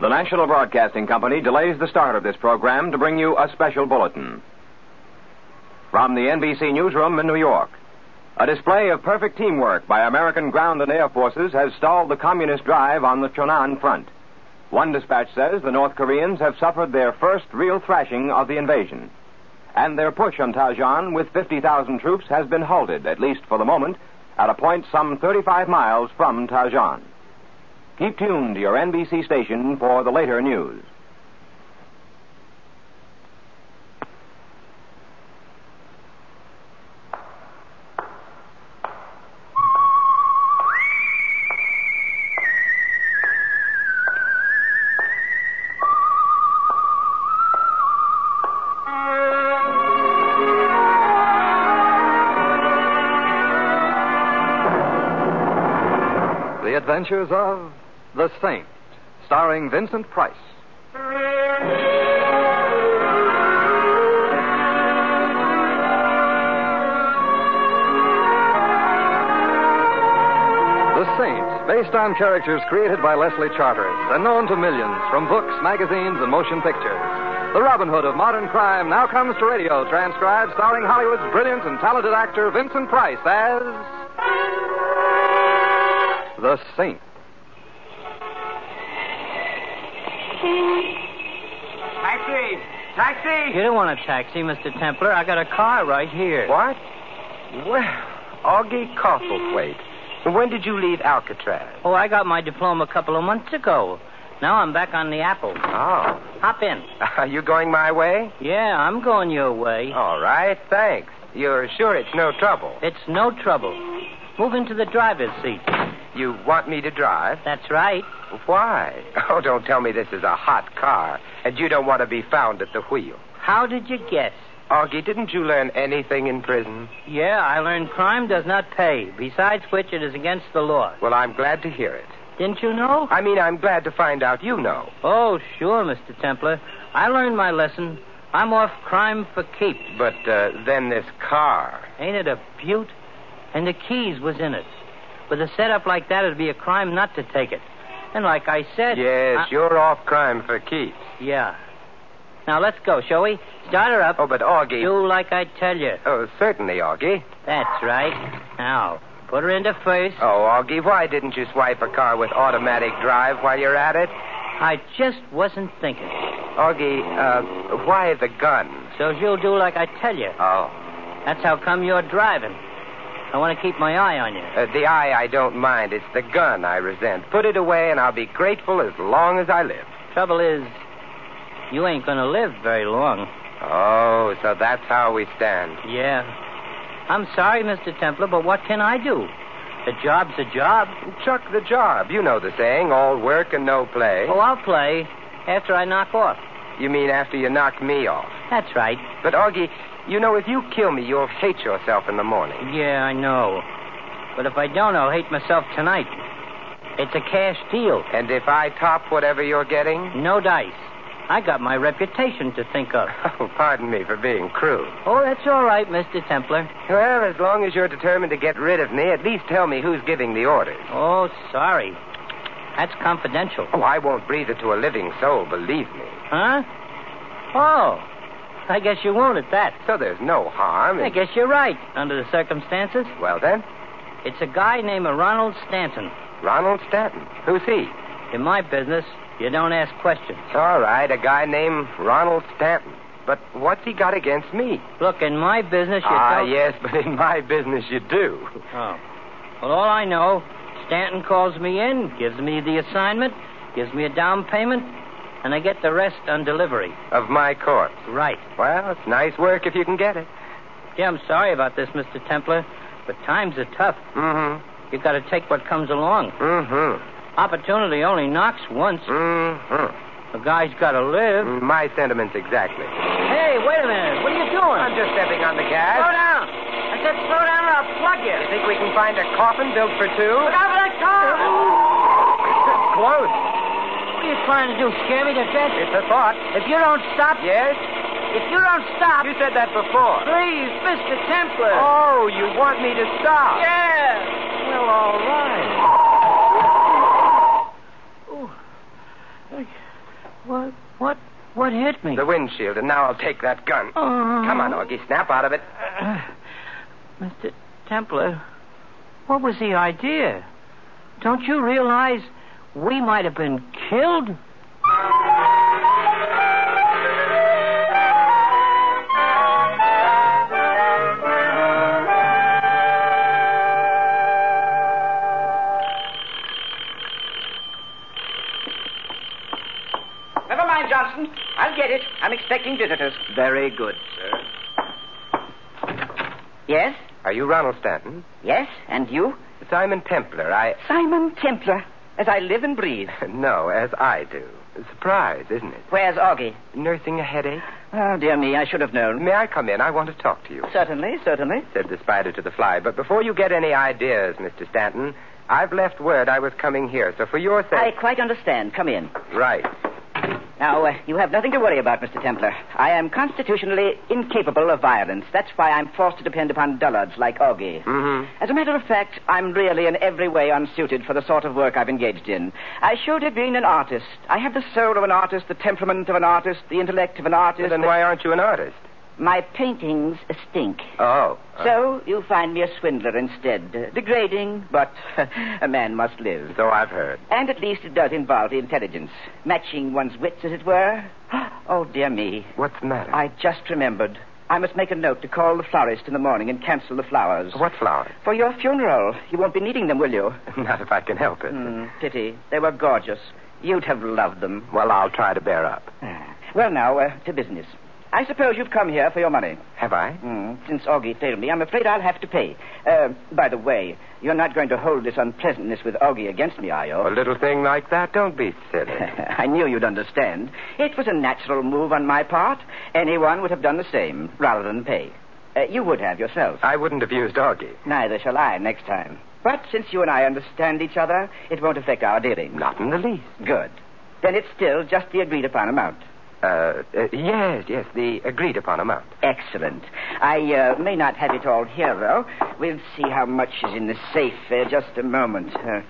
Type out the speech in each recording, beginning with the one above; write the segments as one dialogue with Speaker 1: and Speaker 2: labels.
Speaker 1: The National Broadcasting Company delays the start of this program to bring you a special bulletin. From the NBC newsroom in New York, a display of perfect teamwork by American ground and air forces has stalled the communist drive on the Chonan front. One dispatch says the North Koreans have suffered their first real thrashing of the invasion. And their push on Tajan with 50,000 troops has been halted, at least for the moment, at a point some 35 miles from Tajan. Keep tuned to your NBC station for the later news. The Adventures of the Saint, starring Vincent Price. The Saint, based on characters created by Leslie Charteris and known to millions from books, magazines, and motion pictures. The Robin Hood of modern crime now comes to radio, transcribed starring Hollywood's brilliant and talented actor Vincent Price as. The Saint.
Speaker 2: Taxi! Taxi!
Speaker 3: You don't want a taxi, Mr. Templar. I got a car right here.
Speaker 2: What? Well, Augie Castlethwaite. When did you leave Alcatraz?
Speaker 3: Oh, I got my diploma a couple of months ago. Now I'm back on the apple.
Speaker 1: Ah.
Speaker 2: Oh.
Speaker 3: Hop in.
Speaker 2: Are you going my way?
Speaker 3: Yeah, I'm going your way.
Speaker 2: All right, thanks. You're sure it's no trouble?
Speaker 3: It's no trouble. Move into the driver's seat.
Speaker 2: You want me to drive?
Speaker 3: That's right.
Speaker 2: Why? Oh, don't tell me this is a hot car and you don't want to be found at the wheel.
Speaker 3: How did you guess?
Speaker 2: Augie, didn't you learn anything in prison?
Speaker 3: Yeah, I learned crime does not pay. Besides which, it is against the law.
Speaker 2: Well, I'm glad to hear it.
Speaker 3: Didn't you know?
Speaker 2: I mean, I'm glad to find out you know.
Speaker 3: Oh, sure, Mr. Templar. I learned my lesson. I'm off crime for keeps.
Speaker 2: But uh, then this car.
Speaker 3: Ain't it a beaut? And the keys was in it. With a setup like that, it'd be a crime not to take it. And like I said.
Speaker 2: Yes,
Speaker 3: I-
Speaker 2: you're off crime for keeps.
Speaker 3: Yeah. Now let's go, shall we? Start her up.
Speaker 2: Oh, but Augie.
Speaker 3: Do like I tell you.
Speaker 2: Oh, certainly, Augie.
Speaker 3: That's right. Now, put her into first.
Speaker 2: Oh, Augie, why didn't you swipe a car with automatic drive while you're at it?
Speaker 3: I just wasn't thinking.
Speaker 2: Augie, uh, why the gun?
Speaker 3: So you'll do like I tell you.
Speaker 2: Oh.
Speaker 3: That's how come you're driving. I want to keep my eye on you.
Speaker 2: Uh, the eye I don't mind. It's the gun I resent. Put it away, and I'll be grateful as long as I live.
Speaker 3: Trouble is, you ain't going to live very long.
Speaker 2: Oh, so that's how we stand.
Speaker 3: Yeah. I'm sorry, Mr. Templar, but what can I do? The job's a job.
Speaker 2: Chuck the job. You know the saying, all work and no play.
Speaker 3: Oh, I'll play after I knock off.
Speaker 2: You mean after you knock me off.
Speaker 3: That's right.
Speaker 2: But, Augie, you know, if you kill me, you'll hate yourself in the morning.
Speaker 3: Yeah, I know. But if I don't, I'll hate myself tonight. It's a cash deal.
Speaker 2: And if I top whatever you're getting?
Speaker 3: No dice. I got my reputation to think of.
Speaker 2: Oh, pardon me for being crude.
Speaker 3: Oh, that's all right, Mr. Templar.
Speaker 2: Well, as long as you're determined to get rid of me, at least tell me who's giving the orders.
Speaker 3: Oh, sorry. That's confidential.
Speaker 2: Oh, I won't breathe it to a living soul, believe me.
Speaker 3: Huh? Oh. I guess you won't at that.
Speaker 2: So there's no harm. in-
Speaker 3: I guess you're right, under the circumstances.
Speaker 2: Well, then,
Speaker 3: It's a guy named Ronald Stanton.
Speaker 2: Ronald Stanton. Who's he?
Speaker 3: In my business, you don't ask questions.
Speaker 2: All right, a guy named Ronald Stanton. But what's he got against me?
Speaker 3: Look, in my business, you
Speaker 2: ah,
Speaker 3: don't...
Speaker 2: yes, but in my business you do.
Speaker 3: Oh. Well, all I know, Stanton calls me in, gives me the assignment, gives me a down payment, and I get the rest on delivery.
Speaker 2: Of my corpse.
Speaker 3: Right.
Speaker 2: Well, it's nice work if you can get it.
Speaker 3: Yeah, I'm sorry about this, Mr. Templar, but times are tough.
Speaker 2: Mm-hmm.
Speaker 3: You've got to take what comes along.
Speaker 2: Mm-hmm.
Speaker 3: Opportunity only knocks once.
Speaker 2: Mm-hmm.
Speaker 4: A guy's got to live.
Speaker 2: Mm, My sentiments exactly.
Speaker 4: Hey, wait a minute. What are you doing?
Speaker 2: I'm just stepping on the gas.
Speaker 4: Slow down. I said slow down or I'll plug you.
Speaker 2: You think we can find a coffin built for two?
Speaker 4: Look out for that car.
Speaker 2: Close.
Speaker 4: What are you trying to do? Scare me to death?
Speaker 2: It's a thought.
Speaker 4: If you don't stop,
Speaker 2: Yes?
Speaker 4: if you don't stop,
Speaker 2: You said that before.
Speaker 4: please, Mr. Templar.
Speaker 2: Oh, you want me to stop?
Speaker 4: Yeah. Well, all right. What? What? What hit me?
Speaker 2: The windshield, and now I'll take that gun.
Speaker 4: Oh.
Speaker 2: Come on, Augie, snap out of it.
Speaker 4: Mr. Uh, Templar, what was the idea? Don't you realize we might have been killed?
Speaker 3: Never mind, Johnson. I'll get it. I'm expecting visitors.
Speaker 4: Very good, sir.
Speaker 3: Yes?
Speaker 2: Are you Ronald Stanton?
Speaker 3: Yes? And you?
Speaker 2: Simon Templar, I.
Speaker 3: Simon Templar. As I live and breathe.
Speaker 2: No, as I do. Surprise, isn't it?
Speaker 3: Where's Augie?
Speaker 2: Nursing a headache?
Speaker 3: Oh, dear me, I should have known.
Speaker 2: May I come in? I want to talk to you.
Speaker 3: Certainly, certainly.
Speaker 2: said the spider to the fly. But before you get any ideas, Mr. Stanton, I've left word I was coming here. So for your
Speaker 3: I
Speaker 2: sake.
Speaker 3: quite understand. Come in.
Speaker 2: Right.
Speaker 3: Now, uh, you have nothing to worry about, Mr. Templar. I am constitutionally incapable of violence. That's why I'm forced to depend upon dullards like Augie.
Speaker 2: Mm-hmm.
Speaker 3: As a matter of fact, I'm really in every way unsuited for the sort of work I've engaged in. I should have been an artist. I have the soul of an artist, the temperament of an artist, the intellect of an artist.
Speaker 2: Then
Speaker 3: the-
Speaker 2: why aren't you an artist?
Speaker 3: My paintings stink.
Speaker 2: Oh.
Speaker 3: So you find me a swindler instead. Uh, Degrading, but a man must live.
Speaker 2: So I've heard.
Speaker 3: And at least it does involve the intelligence. Matching one's wits, as it were. Oh, dear me.
Speaker 2: What's the matter?
Speaker 3: I just remembered. I must make a note to call the florist in the morning and cancel the flowers.
Speaker 2: What flowers?
Speaker 3: For your funeral. You won't be needing them, will you?
Speaker 2: Not if I can help it.
Speaker 3: Hmm, pity. They were gorgeous. You'd have loved them.
Speaker 2: Well, I'll try to bear up.
Speaker 3: Well, now, uh, to business. I suppose you've come here for your money.
Speaker 2: Have I?
Speaker 3: Hmm, since Augie failed me, I'm afraid I'll have to pay. Uh, by the way, you're not going to hold this unpleasantness with Augie against me, are
Speaker 2: A
Speaker 3: you?
Speaker 2: little thing like that? Don't be silly.
Speaker 3: I knew you'd understand. It was a natural move on my part. Anyone would have done the same, rather than pay. Uh, you would have yourself.
Speaker 2: I wouldn't have used Augie.
Speaker 3: Neither shall I next time. But since you and I understand each other, it won't affect our dealing.
Speaker 2: Not in the least.
Speaker 3: Good. Then it's still just the agreed upon amount.
Speaker 2: Uh, uh, yes, yes, the agreed upon amount.
Speaker 3: Excellent. I uh, may not have it all here, though. We'll see how much is in the safe. Uh, just a moment. Uh,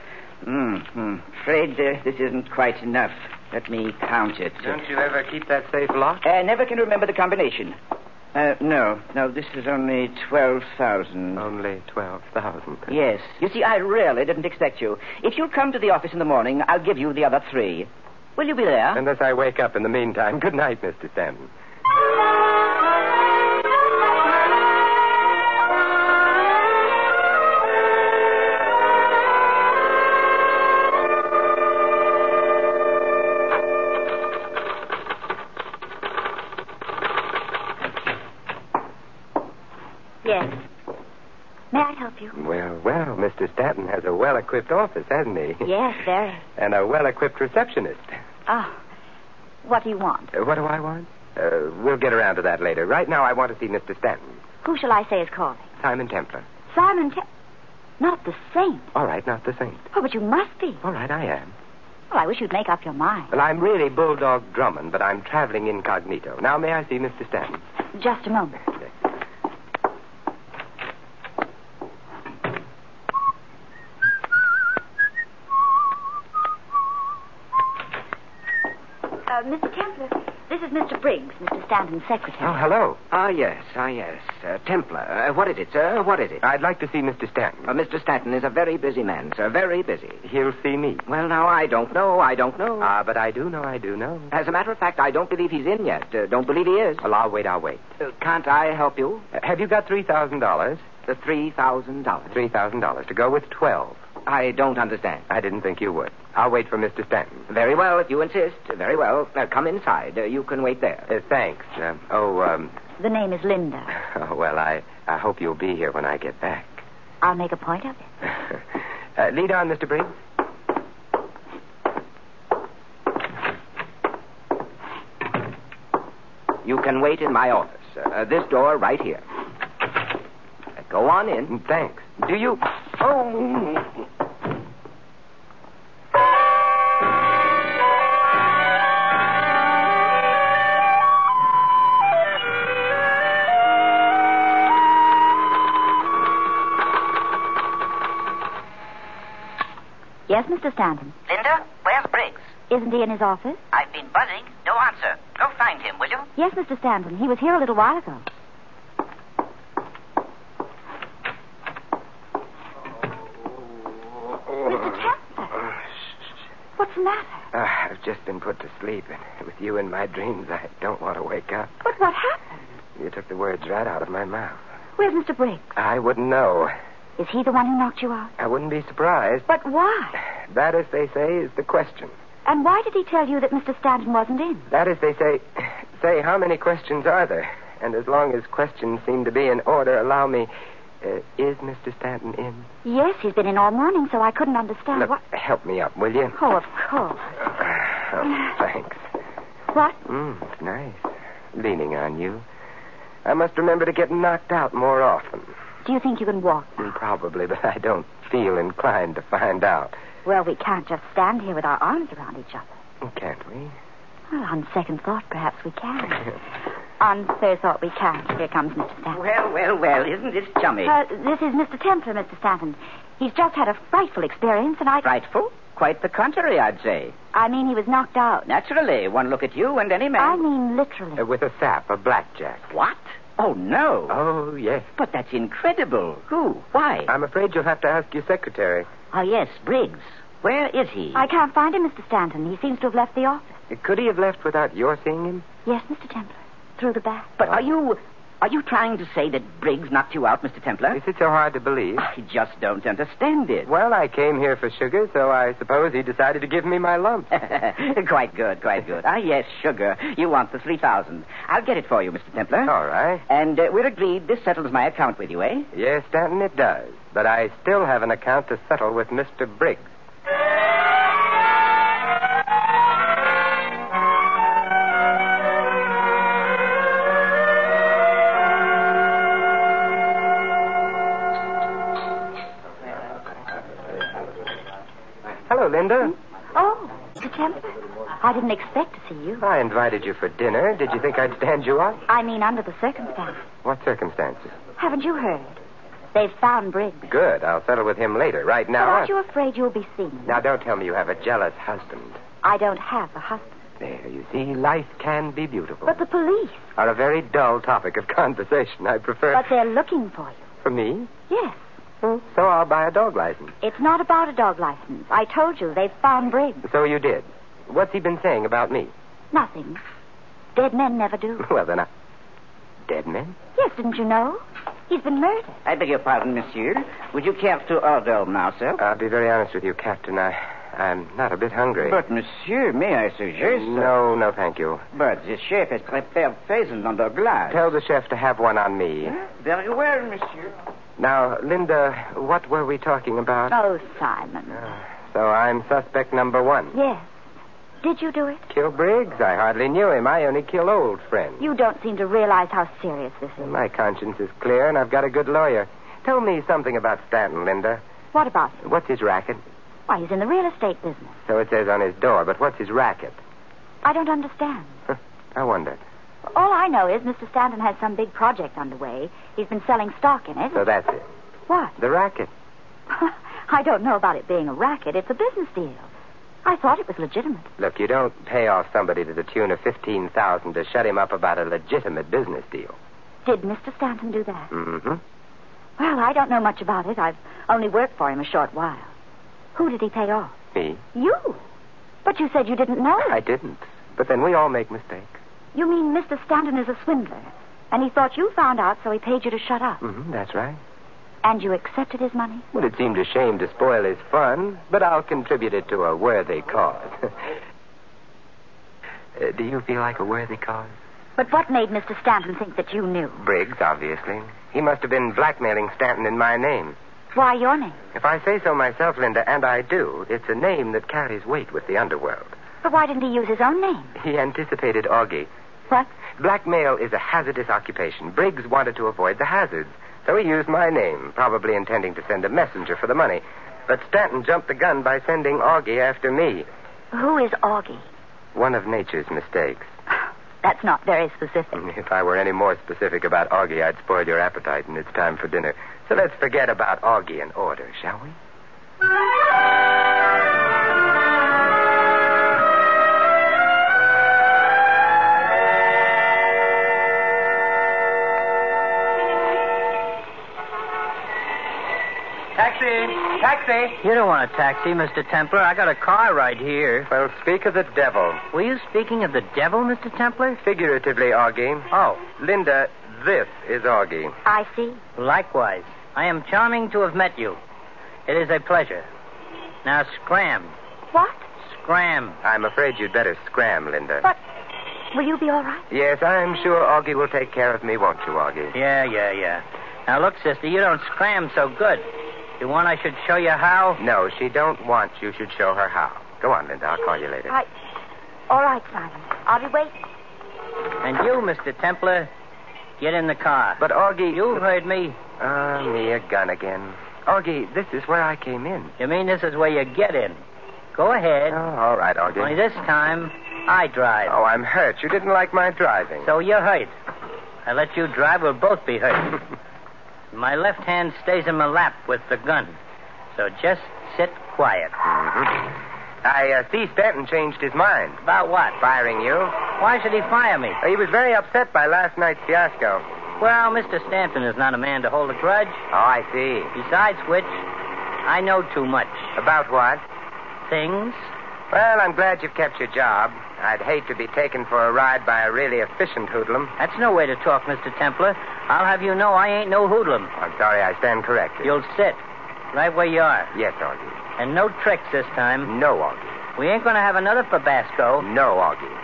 Speaker 3: mm, mm, afraid uh, this isn't quite enough. Let me count it.
Speaker 2: Don't you ever keep that safe locked?
Speaker 3: I never can remember the combination. Uh, no, no, this is only 12,000.
Speaker 2: Only 12,000.
Speaker 3: Yes. You see, I really didn't expect you. If you'll come to the office in the morning, I'll give you the other three. Will you be there?
Speaker 2: Unless I wake up in the meantime. Good night, Mr. Stanton.
Speaker 5: Yes. May I help you?
Speaker 2: Well, well, Mr. Stanton has a well equipped office, hasn't he?
Speaker 5: Yes, very.
Speaker 2: And a well equipped receptionist.
Speaker 5: Oh. What do you want?
Speaker 2: Uh, what do I want? Uh, we'll get around to that later. Right now, I want to see Mr. Stanton.
Speaker 5: Who shall I say is calling?
Speaker 2: Simon Templar.
Speaker 5: Simon Te- Not the saint.
Speaker 2: All right, not the saint.
Speaker 5: Oh, but you must be.
Speaker 2: All right, I am.
Speaker 5: Well, I wish you'd make up your mind.
Speaker 2: Well, I'm really Bulldog Drummond, but I'm traveling incognito. Now, may I see Mr. Stanton?
Speaker 5: Just a moment. Uh, Mr. Templar, this is Mr. Briggs, Mr. Stanton's secretary.
Speaker 2: Oh, hello.
Speaker 3: Ah, yes, ah, yes. Uh, Templar. Uh, what is it, sir? What is it?
Speaker 2: I'd like to see Mr. Stanton.
Speaker 3: Uh, Mr. Stanton is a very busy man, sir. Very busy.
Speaker 2: He'll see me.
Speaker 3: Well, now, I don't know. I don't know.
Speaker 2: Ah, but I do know, I do know.
Speaker 3: As a matter of fact, I don't believe he's in yet. Uh, don't believe he is.
Speaker 2: Well, I'll wait, I'll wait.
Speaker 3: Uh, can't I help you?
Speaker 2: Uh, have you got $3,000?
Speaker 3: The three thousand dollars.
Speaker 2: $3,000 to go with 12
Speaker 3: I don't understand.
Speaker 2: I didn't think you would. I'll wait for Mr. Stanton.
Speaker 3: Very well, if you insist. Very well. Uh, come inside. Uh, you can wait there.
Speaker 2: Uh, thanks. Um, oh, um,
Speaker 5: The name is Linda.
Speaker 2: oh, well, I, I hope you'll be here when I get back.
Speaker 5: I'll make a point of it.
Speaker 2: uh, lead on, Mr. Briggs. You can wait in my office. Uh, this door right here. Uh, Go on in. Thanks. Do you. Oh.
Speaker 5: Yes, Mr. Stanton.
Speaker 6: Linda, where's Briggs?
Speaker 5: Isn't he in his office?
Speaker 6: I've been buzzing. No answer. Go find him, will you?
Speaker 5: Yes, Mr. Stanton. He was here a little while ago. Mr. Chapman, what's the matter?
Speaker 2: Uh, I've just been put to sleep, and with you in my dreams, I don't want to wake up.
Speaker 5: But what happened?
Speaker 2: You took the words right out of my mouth.
Speaker 5: Where's Mr. Briggs?
Speaker 2: I wouldn't know.
Speaker 5: Is he the one who knocked you out?
Speaker 2: I wouldn't be surprised.
Speaker 5: But why?
Speaker 2: That, as they say, is the question.
Speaker 5: And why did he tell you that Mr. Stanton wasn't in?
Speaker 2: That is, they say, say, how many questions are there? And as long as questions seem to be in order, allow me. Uh, is Mr. Stanton in?
Speaker 5: Yes, he's been in all morning, so I couldn't understand
Speaker 2: Look,
Speaker 5: Uh, what.
Speaker 2: help me up, will you?
Speaker 5: Oh, of course.
Speaker 2: Oh, thanks.
Speaker 5: What?
Speaker 2: Mm, it's nice. Leaning on you. I must remember to get knocked out more often.
Speaker 5: Do you think you can walk?
Speaker 2: Mm, Probably, but I don't feel inclined to find out.
Speaker 5: Well, we can't just stand here with our arms around each other.
Speaker 2: Can't we?
Speaker 5: Well, on second thought, perhaps we can. on third thought, we can't. Here comes Mr. Stanton.
Speaker 3: Well, well, well, isn't this chummy?
Speaker 5: Uh, this is Mr. Templar, Mr. Stanton. He's just had a frightful experience, and I.
Speaker 3: Frightful? Quite the contrary, I'd say.
Speaker 5: I mean, he was knocked out.
Speaker 3: Naturally, one look at you and any man.
Speaker 5: I mean, literally.
Speaker 2: Uh, with a sap, a blackjack.
Speaker 3: What? Oh, no.
Speaker 2: Oh, yes.
Speaker 3: But that's incredible. Who? Why?
Speaker 2: I'm afraid you'll have to ask your secretary.
Speaker 3: Ah, yes, Briggs. Where is he?
Speaker 5: I can't find him, Mr. Stanton. He seems to have left the office.
Speaker 2: Could he have left without your seeing him?
Speaker 5: Yes, Mr. Templar. Through the back.
Speaker 3: But are you. Are you trying to say that Briggs knocked you out, Mr. Templar?
Speaker 2: Is it so hard to believe?
Speaker 3: I just don't understand it.
Speaker 2: Well, I came here for sugar, so I suppose he decided to give me my lump.
Speaker 3: quite good, quite good. Ah, yes, sugar. You want the 3000 I'll get it for you, Mr. Templar.
Speaker 2: All right.
Speaker 3: And uh, we're agreed this settles my account with you, eh?
Speaker 2: Yes, Stanton, it does. But I still have an account to settle with Mr. Briggs. Hello, Linda.
Speaker 5: Oh, Mr. Templar. I didn't expect to see you.
Speaker 2: I invited you for dinner. Did you think I'd stand you up?
Speaker 5: I mean, under the circumstances.
Speaker 2: What circumstances?
Speaker 5: Haven't you heard? They've found Briggs.
Speaker 2: Good. I'll settle with him later. Right
Speaker 5: But
Speaker 2: now. I-
Speaker 5: aren't you afraid you'll be seen?
Speaker 2: Now, don't tell me you have a jealous husband.
Speaker 5: I don't have a husband.
Speaker 2: There, you see, life can be beautiful.
Speaker 5: But the police.
Speaker 2: Are a very dull topic of conversation. I prefer.
Speaker 5: But they're looking for you.
Speaker 2: For me?
Speaker 5: Yes.
Speaker 2: Well, so I'll buy a dog license.
Speaker 5: It's not about a dog license. I told you they've found Briggs.
Speaker 2: So you did. What's he been saying about me?
Speaker 5: Nothing. Dead men never do.
Speaker 2: Well, then I. Dead men?
Speaker 5: Yes, didn't you know? He's been murdered.
Speaker 3: I beg your pardon, monsieur. Would you care to order now, sir?
Speaker 4: Uh,
Speaker 2: I'll be very honest with you, Captain. I, I'm not a bit hungry.
Speaker 3: But, monsieur, may I suggest...
Speaker 2: No, no, thank you.
Speaker 3: But the chef has prepared pheasant under glass.
Speaker 2: Tell the chef to have one on me.
Speaker 3: Very well, monsieur.
Speaker 2: Now, Linda, what were we talking about?
Speaker 5: Oh, Simon.
Speaker 2: So I'm suspect number one.
Speaker 5: Yes. Did you do it?
Speaker 2: Kill Briggs? I hardly knew him. I only kill old friends.
Speaker 5: You don't seem to realize how serious this is.
Speaker 2: My conscience is clear, and I've got a good lawyer. Tell me something about Stanton, Linda.
Speaker 5: What about him?
Speaker 2: What's his racket?
Speaker 5: Why, he's in the real estate business.
Speaker 2: So it says on his door, but what's his racket?
Speaker 5: I don't understand.
Speaker 2: Huh, I wonder.
Speaker 5: All I know is Mr. Stanton has some big project underway. He's been selling stock in it.
Speaker 2: So that's it.
Speaker 5: What?
Speaker 2: The racket.
Speaker 5: I don't know about it being a racket. It's a business deal. I thought it was legitimate.
Speaker 2: Look, you don't pay off somebody to the tune of 15000 to shut him up about a legitimate business deal.
Speaker 5: Did Mr. Stanton do that?
Speaker 2: Mm-hmm.
Speaker 5: Well, I don't know much about it. I've only worked for him a short while. Who did he pay off?
Speaker 2: Me?
Speaker 5: You. But you said you didn't know.
Speaker 2: I didn't. But then we all make mistakes.
Speaker 5: You mean Mr. Stanton is a swindler, and he thought you found out, so he paid you to shut up.
Speaker 2: Mm-hmm, that's right.
Speaker 5: And you accepted his money?
Speaker 2: Well, it seemed a shame to spoil his fun, but I'll contribute it to a worthy cause. Uh, do you feel like a worthy cause?
Speaker 5: But what made Mr. Stanton think that you knew?
Speaker 2: Briggs, obviously. He must have been blackmailing Stanton in my name.
Speaker 5: Why your name?
Speaker 2: If I say so myself, Linda, and I do, it's a name that carries weight with the underworld.
Speaker 5: But why didn't he use his own name?
Speaker 2: He anticipated Augie.
Speaker 5: What?
Speaker 2: Blackmail is a hazardous occupation. Briggs wanted to avoid the hazards, so he used my name, probably intending to send a messenger for the money. But Stanton jumped the gun by sending Augie after me.
Speaker 5: Who is Augie?
Speaker 2: One of nature's mistakes.
Speaker 5: That's not very specific.
Speaker 2: If I were any more specific about Augie, I'd spoil your appetite, and it's time for dinner. So let's forget about Augie and order, shall we?
Speaker 4: Taxi! Taxi! You don't want a taxi, Mr. Templar. I got a car right here.
Speaker 2: Well, speak of the devil.
Speaker 4: Were you speaking of the devil, Mr. Templar?
Speaker 2: Figuratively, Augie.
Speaker 4: Oh,
Speaker 2: Linda, this is Augie.
Speaker 5: I see.
Speaker 4: likewise. I am charming to have met you. It is a pleasure. Now scram.
Speaker 5: What?
Speaker 4: Scram.
Speaker 2: I'm afraid you'd better scram, Linda.
Speaker 5: But will you be all right?
Speaker 2: Yes, I'm sure Augie will take care of me, won't you, Augie?
Speaker 4: Yeah, yeah, yeah. Now look, sister, you don't scram so good. You want I should show you how?
Speaker 2: No, she don't want you should show her how. Go on, Linda. I'll call you later.
Speaker 5: I. All right, Simon. I'll be waiting.
Speaker 4: And you, Mr. Templar, get in the car.
Speaker 2: But Augie,
Speaker 4: you heard me.
Speaker 2: Ah, me a gun again. Augie, this is where I came in.
Speaker 4: You mean this is where you get in? Go ahead.
Speaker 2: Oh, all right, Augie.
Speaker 4: Only this time, I drive.
Speaker 2: Oh, I'm hurt. You didn't like my driving.
Speaker 4: So you're hurt. I let you drive, we'll both be hurt. my left hand stays in my lap with the gun. So just sit quiet.
Speaker 2: I uh, see Stanton changed his mind.
Speaker 4: About what?
Speaker 2: Firing you.
Speaker 4: Why should he fire me?
Speaker 2: He was very upset by last night's fiasco.
Speaker 4: Well, Mr. Stanton is not a man to hold a grudge.
Speaker 2: Oh, I see.
Speaker 4: Besides which, I know too much.
Speaker 2: About what?
Speaker 4: Things?
Speaker 2: Well, I'm glad you've kept your job. I'd hate to be taken for a ride by a really efficient hoodlum.
Speaker 4: That's no way to talk, Mr. Templar. I'll have you know I ain't no hoodlum.
Speaker 2: I'm sorry, I stand corrected.
Speaker 4: You'll sit. Right where you are.
Speaker 2: Yes, Augie.
Speaker 4: And no tricks this time.
Speaker 2: No, Augie.
Speaker 4: We ain't gonna have another Fabasco.
Speaker 2: No, Augie.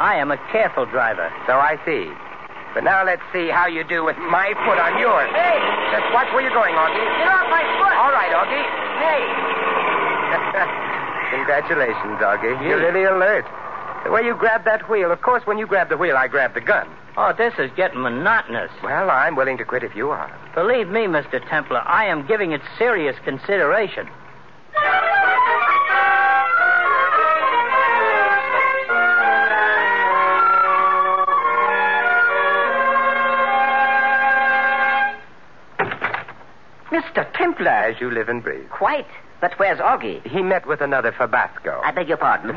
Speaker 4: I am a careful driver.
Speaker 2: So I see. But now let's see how you do with my foot on yours. Hey! Just watch where you're going, Augie. Get off my foot! All right, Augie. Hey! Congratulations, Augie. You're really alert. The way you grabbed that wheel, of course, when you grabbed the wheel, I grabbed the gun.
Speaker 4: Oh, this is getting monotonous.
Speaker 2: Well, I'm willing to quit if you are.
Speaker 4: Believe me, Mr. Templar, I am giving it serious consideration.
Speaker 3: Mr. Templar.
Speaker 2: As you live and breathe.
Speaker 3: Quite. But where's Augie?
Speaker 2: He met with another Fabasco.
Speaker 3: I beg your pardon.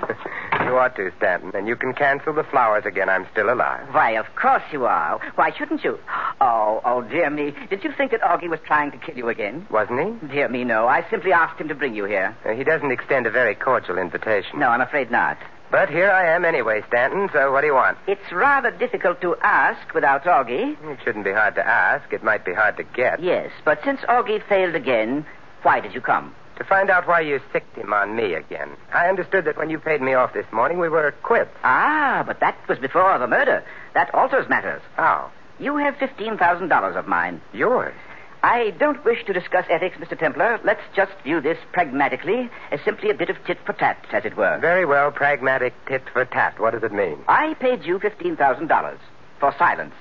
Speaker 2: you ought to, Stanton, and you can cancel the flowers again. I'm still alive.
Speaker 3: Why, of course you are. Why shouldn't you? Oh, oh, dear me. Did you think that Augie was trying to kill you again?
Speaker 2: Wasn't he?
Speaker 3: Dear me, no. I simply asked him to bring you here.
Speaker 2: Uh, he doesn't extend a very cordial invitation.
Speaker 3: No, I'm afraid not.
Speaker 2: But here I am anyway, Stanton, so what do you want?
Speaker 3: It's rather difficult to ask without Augie.
Speaker 2: It shouldn't be hard to ask. It might be hard to get.
Speaker 3: Yes, but since Augie failed again, why did you come?
Speaker 2: To find out why you sicked him on me again. I understood that when you paid me off this morning, we were quits.
Speaker 3: Ah, but that was before the murder. That alters matters.
Speaker 2: How?
Speaker 3: You have $15,000 of mine.
Speaker 2: Yours.
Speaker 3: I don't wish to discuss ethics, Mr. Templar. Let's just view this pragmatically as simply a bit of tit for tat, as it were.
Speaker 2: Very well, pragmatic tit for tat. What does it mean?
Speaker 3: I paid you $15,000 for silence.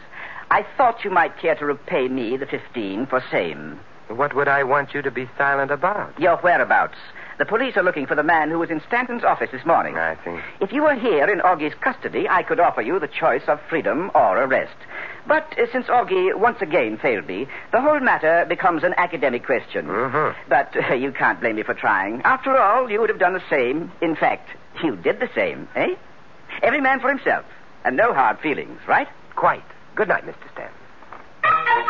Speaker 3: I thought you might care to repay me the 15 for same.
Speaker 2: What would I want you to be silent about?
Speaker 3: Your whereabouts. The police are looking for the man who was in Stanton's office this morning.
Speaker 2: I see.
Speaker 3: If you were here in Augie's custody, I could offer you the choice of freedom or arrest. But uh, since Augie once again failed me, the whole matter becomes an academic question.
Speaker 2: Mhm.
Speaker 3: But uh, you can't blame me for trying. After all, you would have done the same. In fact, you did the same, eh? Every man for himself, and no hard feelings, right?
Speaker 2: Quite. Good night, Mr. Stanton.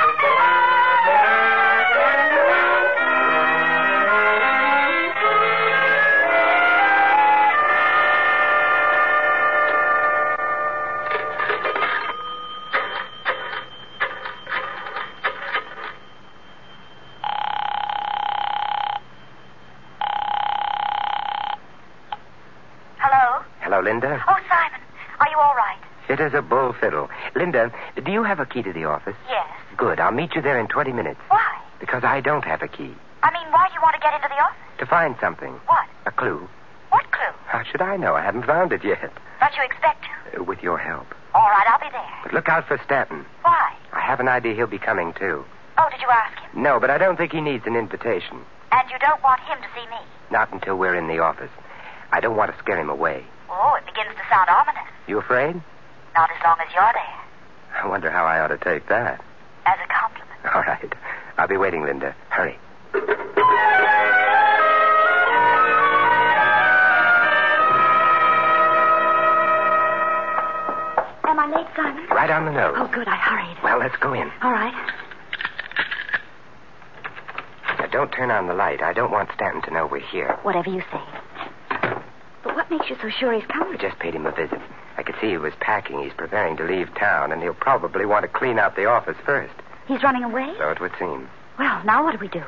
Speaker 5: Hello?
Speaker 2: Hello, Linda.
Speaker 5: Oh, Simon. Are you all right?
Speaker 2: It is a bull fiddle. Linda, do you have a key to the office?
Speaker 5: Yes.
Speaker 2: Good. I'll meet you there in 20 minutes
Speaker 5: Why?
Speaker 2: because I don't have a key.
Speaker 5: I mean, why do you want to get into the office?
Speaker 2: To find something.
Speaker 5: What?
Speaker 2: A clue.
Speaker 5: What clue?
Speaker 2: How should I know? I haven't found it yet.
Speaker 5: Don't you expect to?
Speaker 2: Uh, With your help.
Speaker 6: All right, I'll be there.
Speaker 2: But look out for Stanton.
Speaker 6: Why?
Speaker 2: I have an idea he'll be coming, too.
Speaker 6: Oh, did you ask him?
Speaker 2: No, but I don't think he needs an invitation.
Speaker 6: And you don't want him to see me?
Speaker 2: Not until we're in the office. I don't want to scare him away.
Speaker 6: Oh, it begins to sound ominous.
Speaker 2: You afraid?
Speaker 6: Not as long as you're there.
Speaker 2: I wonder how I ought to take that.
Speaker 6: As a compliment.
Speaker 2: All right. I'll be waiting, Linda. Hurry.
Speaker 5: Am I late, Simon?
Speaker 2: Right on the nose.
Speaker 5: Oh, good. I hurried.
Speaker 2: Well, let's go in.
Speaker 5: All right.
Speaker 2: Now, don't turn on the light. I don't want Stanton to know we're here.
Speaker 5: Whatever you say. But what makes you so sure he's
Speaker 2: We
Speaker 5: coming?
Speaker 2: just paid him a visit. I could see he was packing. He's preparing to leave town, and he'll probably want to clean out the office first.
Speaker 5: He's running away?
Speaker 2: So it would seem.
Speaker 5: Well, now what do we do?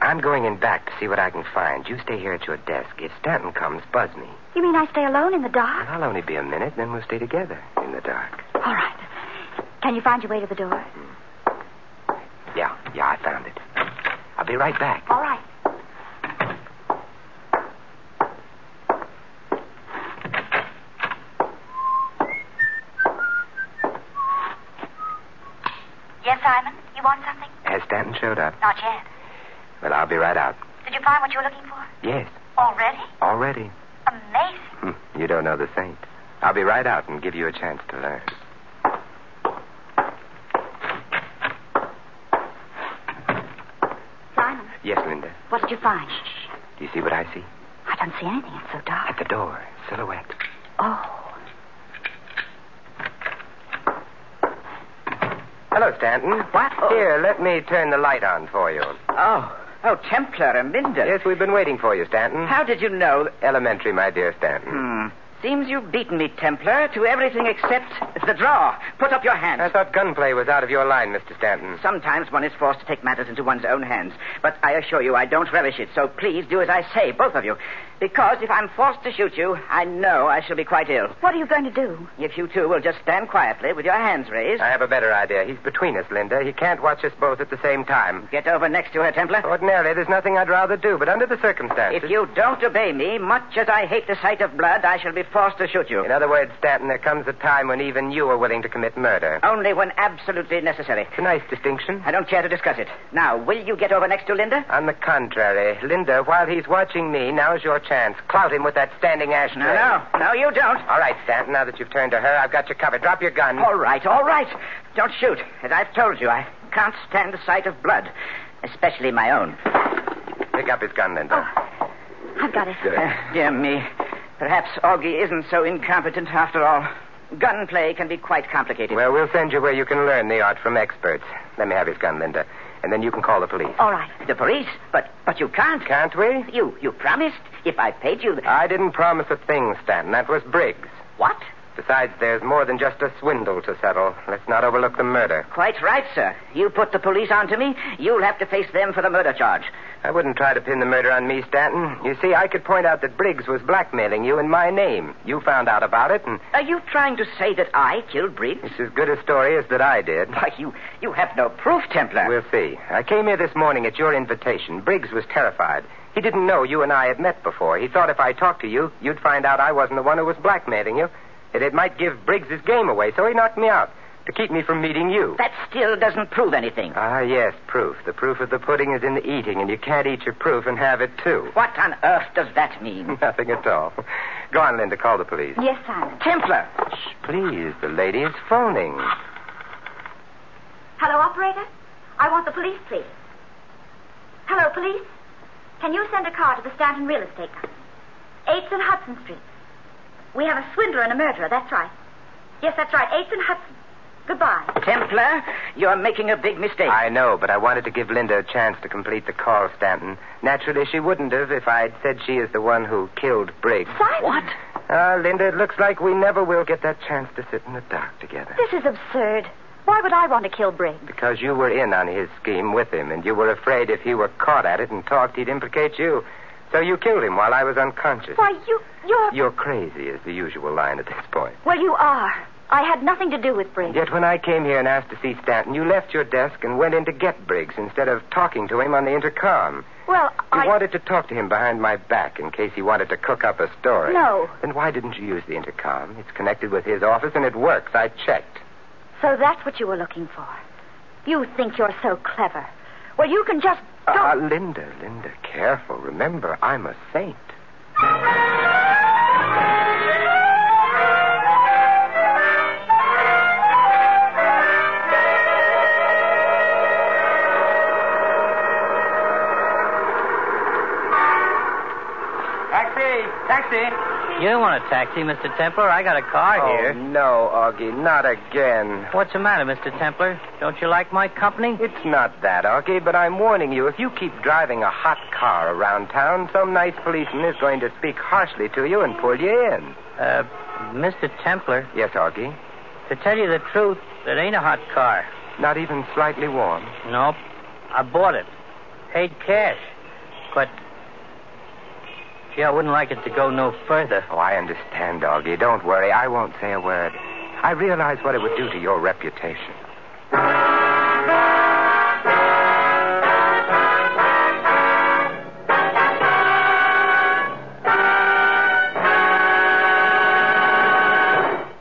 Speaker 2: I'm going in back to see what I can find. You stay here at your desk. If Stanton comes, buzz me.
Speaker 5: You mean I stay alone in the dark?
Speaker 2: I'll only be a minute, then we'll stay together in the dark.
Speaker 5: All right. Can you find your way to the door?
Speaker 2: Yeah, yeah, I found it. I'll be right back.
Speaker 5: All right.
Speaker 6: Yes, Simon? You want something?
Speaker 2: Has Stanton showed up?
Speaker 6: Not yet.
Speaker 2: Well, I'll be right out.
Speaker 6: Did you find what you were looking for?
Speaker 2: Yes,
Speaker 6: Already?
Speaker 2: already.
Speaker 6: Amazing.
Speaker 2: Hmm, you don't know the saint. I'll be right out and give you a chance to learn.
Speaker 5: Simon,
Speaker 2: Yes, Linda.
Speaker 5: what did you find?
Speaker 2: Do you see what I see?
Speaker 5: I don't see anything. It's so
Speaker 2: At
Speaker 5: dark.
Speaker 2: the door, silhouette.
Speaker 5: Oh.
Speaker 2: Hello, Stanton.
Speaker 3: What? Oh.
Speaker 2: Here, let me turn the light on for you.
Speaker 3: Oh, oh, Templar and Minden.
Speaker 2: Yes, we've been waiting for you, Stanton.
Speaker 3: How did you know?
Speaker 2: Elementary, my dear Stanton.
Speaker 3: Hmm. Seems you've beaten me, Templar, to everything except the draw. Put up your hands.
Speaker 2: I thought gunplay was out of your line, Mr. Stanton.
Speaker 3: Sometimes one is forced to take matters into one's own hands. But I assure you, I don't relish it, so please do as I say, both of you. Because if I'm forced to shoot you, I know I shall be quite ill.
Speaker 5: What are you going to do?
Speaker 3: If you two will just stand quietly with your hands raised.
Speaker 2: I have a better idea. He's between us, Linda. He can't watch us both at the same time.
Speaker 3: Get over next to her,
Speaker 2: Oh,
Speaker 3: Templar.
Speaker 2: Ordinarily, there's nothing I'd rather do, but under the circumstances.
Speaker 3: If you don't obey me, much as I hate the sight of blood, I shall be forced to shoot you.
Speaker 2: In other words, Stanton, there comes a time when even you are willing to commit murder.
Speaker 3: Only when absolutely necessary.
Speaker 2: It's a nice distinction.
Speaker 3: I don't care to discuss it. Now, will you get over next to Linda?
Speaker 2: On the contrary, Linda, while he's watching me, now's your chance. Clout him with that standing ashtray.
Speaker 3: No, no. No, you don't.
Speaker 2: All right, Stanton, now that you've turned to her, I've got you covered. Drop your gun.
Speaker 3: All right, all right. Don't shoot. As I've told you, I can't stand the sight of blood, especially my own.
Speaker 2: Pick up his gun,
Speaker 3: Oh.
Speaker 2: Linda.
Speaker 5: I've got it.
Speaker 3: Uh, dear me. Perhaps Augie isn't so incompetent after all. Gunplay can be quite complicated.
Speaker 2: Well, we'll send you where you can learn the art from experts. Let me have his gun, Linda, and then you can call the police.
Speaker 5: All right.
Speaker 3: the police? But but you can't.
Speaker 2: Can't we? Ah.
Speaker 3: You you promised if I paid you.
Speaker 2: I didn't promise a thing, Stanton. That was Briggs.
Speaker 3: What?
Speaker 2: Besides, there's more than just a swindle to settle. Let's not overlook the murder.
Speaker 3: Quite right, sir. You put the police onto me, you'll have to face them for the murder charge.
Speaker 2: I wouldn't try to pin the murder on me, Stanton. You see, I could point out that Briggs was blackmailing you in my name. You found out about it, and
Speaker 3: Are you trying to say that I killed Briggs?
Speaker 2: it's as good a story as that I did.
Speaker 3: Why, you you have no proof, Templar.
Speaker 2: We'll see. I came here this morning at your invitation. Briggs was terrified. He didn't know you and I had met before. He thought if I talked to you, you'd find out I wasn't the one who was blackmailing you. And it might give Briggs his game away, so he knocked me out to keep me from meeting you.
Speaker 3: That still doesn't prove anything.
Speaker 2: Ah, yes, proof. The proof of the pudding is in the eating, and you can't eat your proof and have it, too.
Speaker 3: What on earth does that mean?
Speaker 2: Nothing at all. Go on, Linda. Call the police.
Speaker 5: Yes, Simon.
Speaker 3: Templar.
Speaker 2: Please, the lady is phoning.
Speaker 5: Hello, operator. I want the police, please. Hello, police. Can you send a car to the Stanton Real Estate Company? Eights and Hudson Street. We have a swindler and a murderer. That's right. Yes, that's right. Eights and Hudson. Goodbye.
Speaker 3: Templar, you're making a big mistake.
Speaker 2: I know, but I wanted to give Linda a chance to complete the call, Stanton. Naturally, she wouldn't have if I'd said she is the one who killed Briggs.
Speaker 5: Simon. What?
Speaker 2: Ah, Linda, it looks like we never will get that chance to sit in the dark together.
Speaker 5: This is absurd. Why would I want to kill Briggs?
Speaker 2: Because you were in on his scheme with him, and you were afraid if he were caught at it and talked, he'd implicate you. So you killed him while I was unconscious.
Speaker 5: Why, you, you're.
Speaker 2: You're crazy, is the usual line at this point.
Speaker 5: Well, you are. I had nothing to do with Briggs.
Speaker 2: Yet when I came here and asked to see Stanton, you left your desk and went in to get Briggs instead of talking to him on the intercom.
Speaker 5: Well,
Speaker 2: You
Speaker 5: I.
Speaker 2: wanted to talk to him behind my back in case he wanted to cook up a story.
Speaker 5: No.
Speaker 2: Then why didn't you use the intercom? It's connected with his office and it works. I checked.
Speaker 5: So that's what you were looking for. You think you're so clever. Well, you can just.
Speaker 2: Ah,
Speaker 5: Don't.
Speaker 2: Linda, Linda, careful. Remember, I'm a saint.
Speaker 7: Taxi! Taxi!
Speaker 4: You don't want a taxi, Mr. Templar. I got a car
Speaker 2: Oh,
Speaker 4: here.
Speaker 2: no, Augie, not again.
Speaker 4: What's the matter, Mr. Templar? Don't you like my company?
Speaker 2: It's not that, Augie, but I'm warning you. If you keep driving a hot car around town, some nice policeman is going to speak harshly to you and pull you in.
Speaker 4: Uh, Mr. Templar,
Speaker 2: Yes, Augie.
Speaker 4: to tell you the truth, it ain't a hot car.
Speaker 2: Not even slightly warm.
Speaker 4: Nope. I bought it. Paid cash. But. Gee, I wouldn't like it to go no further.
Speaker 2: Oh, I understand, Augie. Don't worry. I won't say a word. I realize what it would do to your reputation.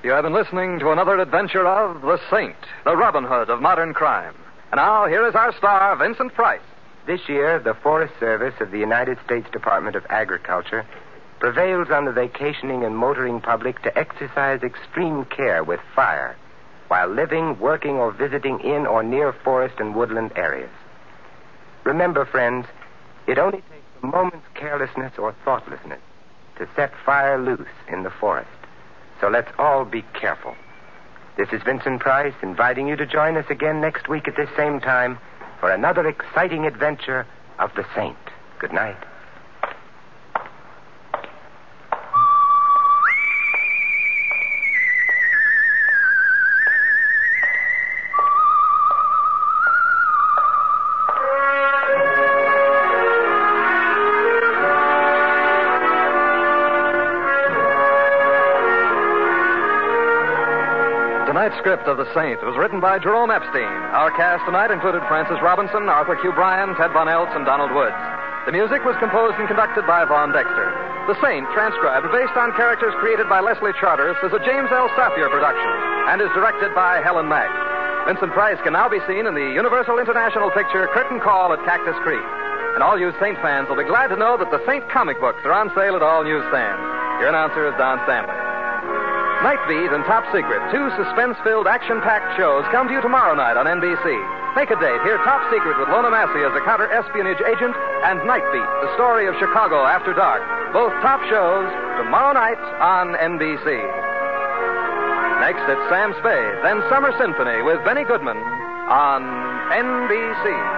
Speaker 7: You have been listening to another adventure of The Saint, the Robin Hood of modern crime. And now, here is our star, Vincent Price.
Speaker 2: This year, the Forest Service of the United States Department of Agriculture prevails on the vacationing and motoring public to exercise extreme care with fire while living, working, or visiting in or near forest and woodland areas. Remember, friends, it only takes a moment's carelessness or thoughtlessness to set fire loose in the forest. So let's all be careful. This is Vincent Price inviting you to join us again next week at this same time for another exciting adventure of the Saint. Good night.
Speaker 7: Tonight's script of The Saint was written by Jerome Epstein. Our cast tonight included Francis Robinson, Arthur Q. Bryan, Ted Von Eltz, and Donald Woods. The music was composed and conducted by Von Dexter. The Saint, transcribed based on characters created by Leslie Charteris, is a James L. Sapier production and is directed by Helen Mack. Vincent Price can now be seen in the Universal International picture Curtain Call at Cactus Creek. And all you Saint fans will be glad to know that the Saint comic books are on sale at all newsstands. Your announcer is Don Stanley. Night Beat and Top Secret, two suspense filled, action packed shows, come to you tomorrow night on NBC. Make a date. Hear Top Secret with Lona Massey as a counter espionage agent and Night Beat, the story of Chicago after dark. Both top shows tomorrow night on NBC. Next, it's Sam Spade, then Summer Symphony with Benny Goodman on NBC.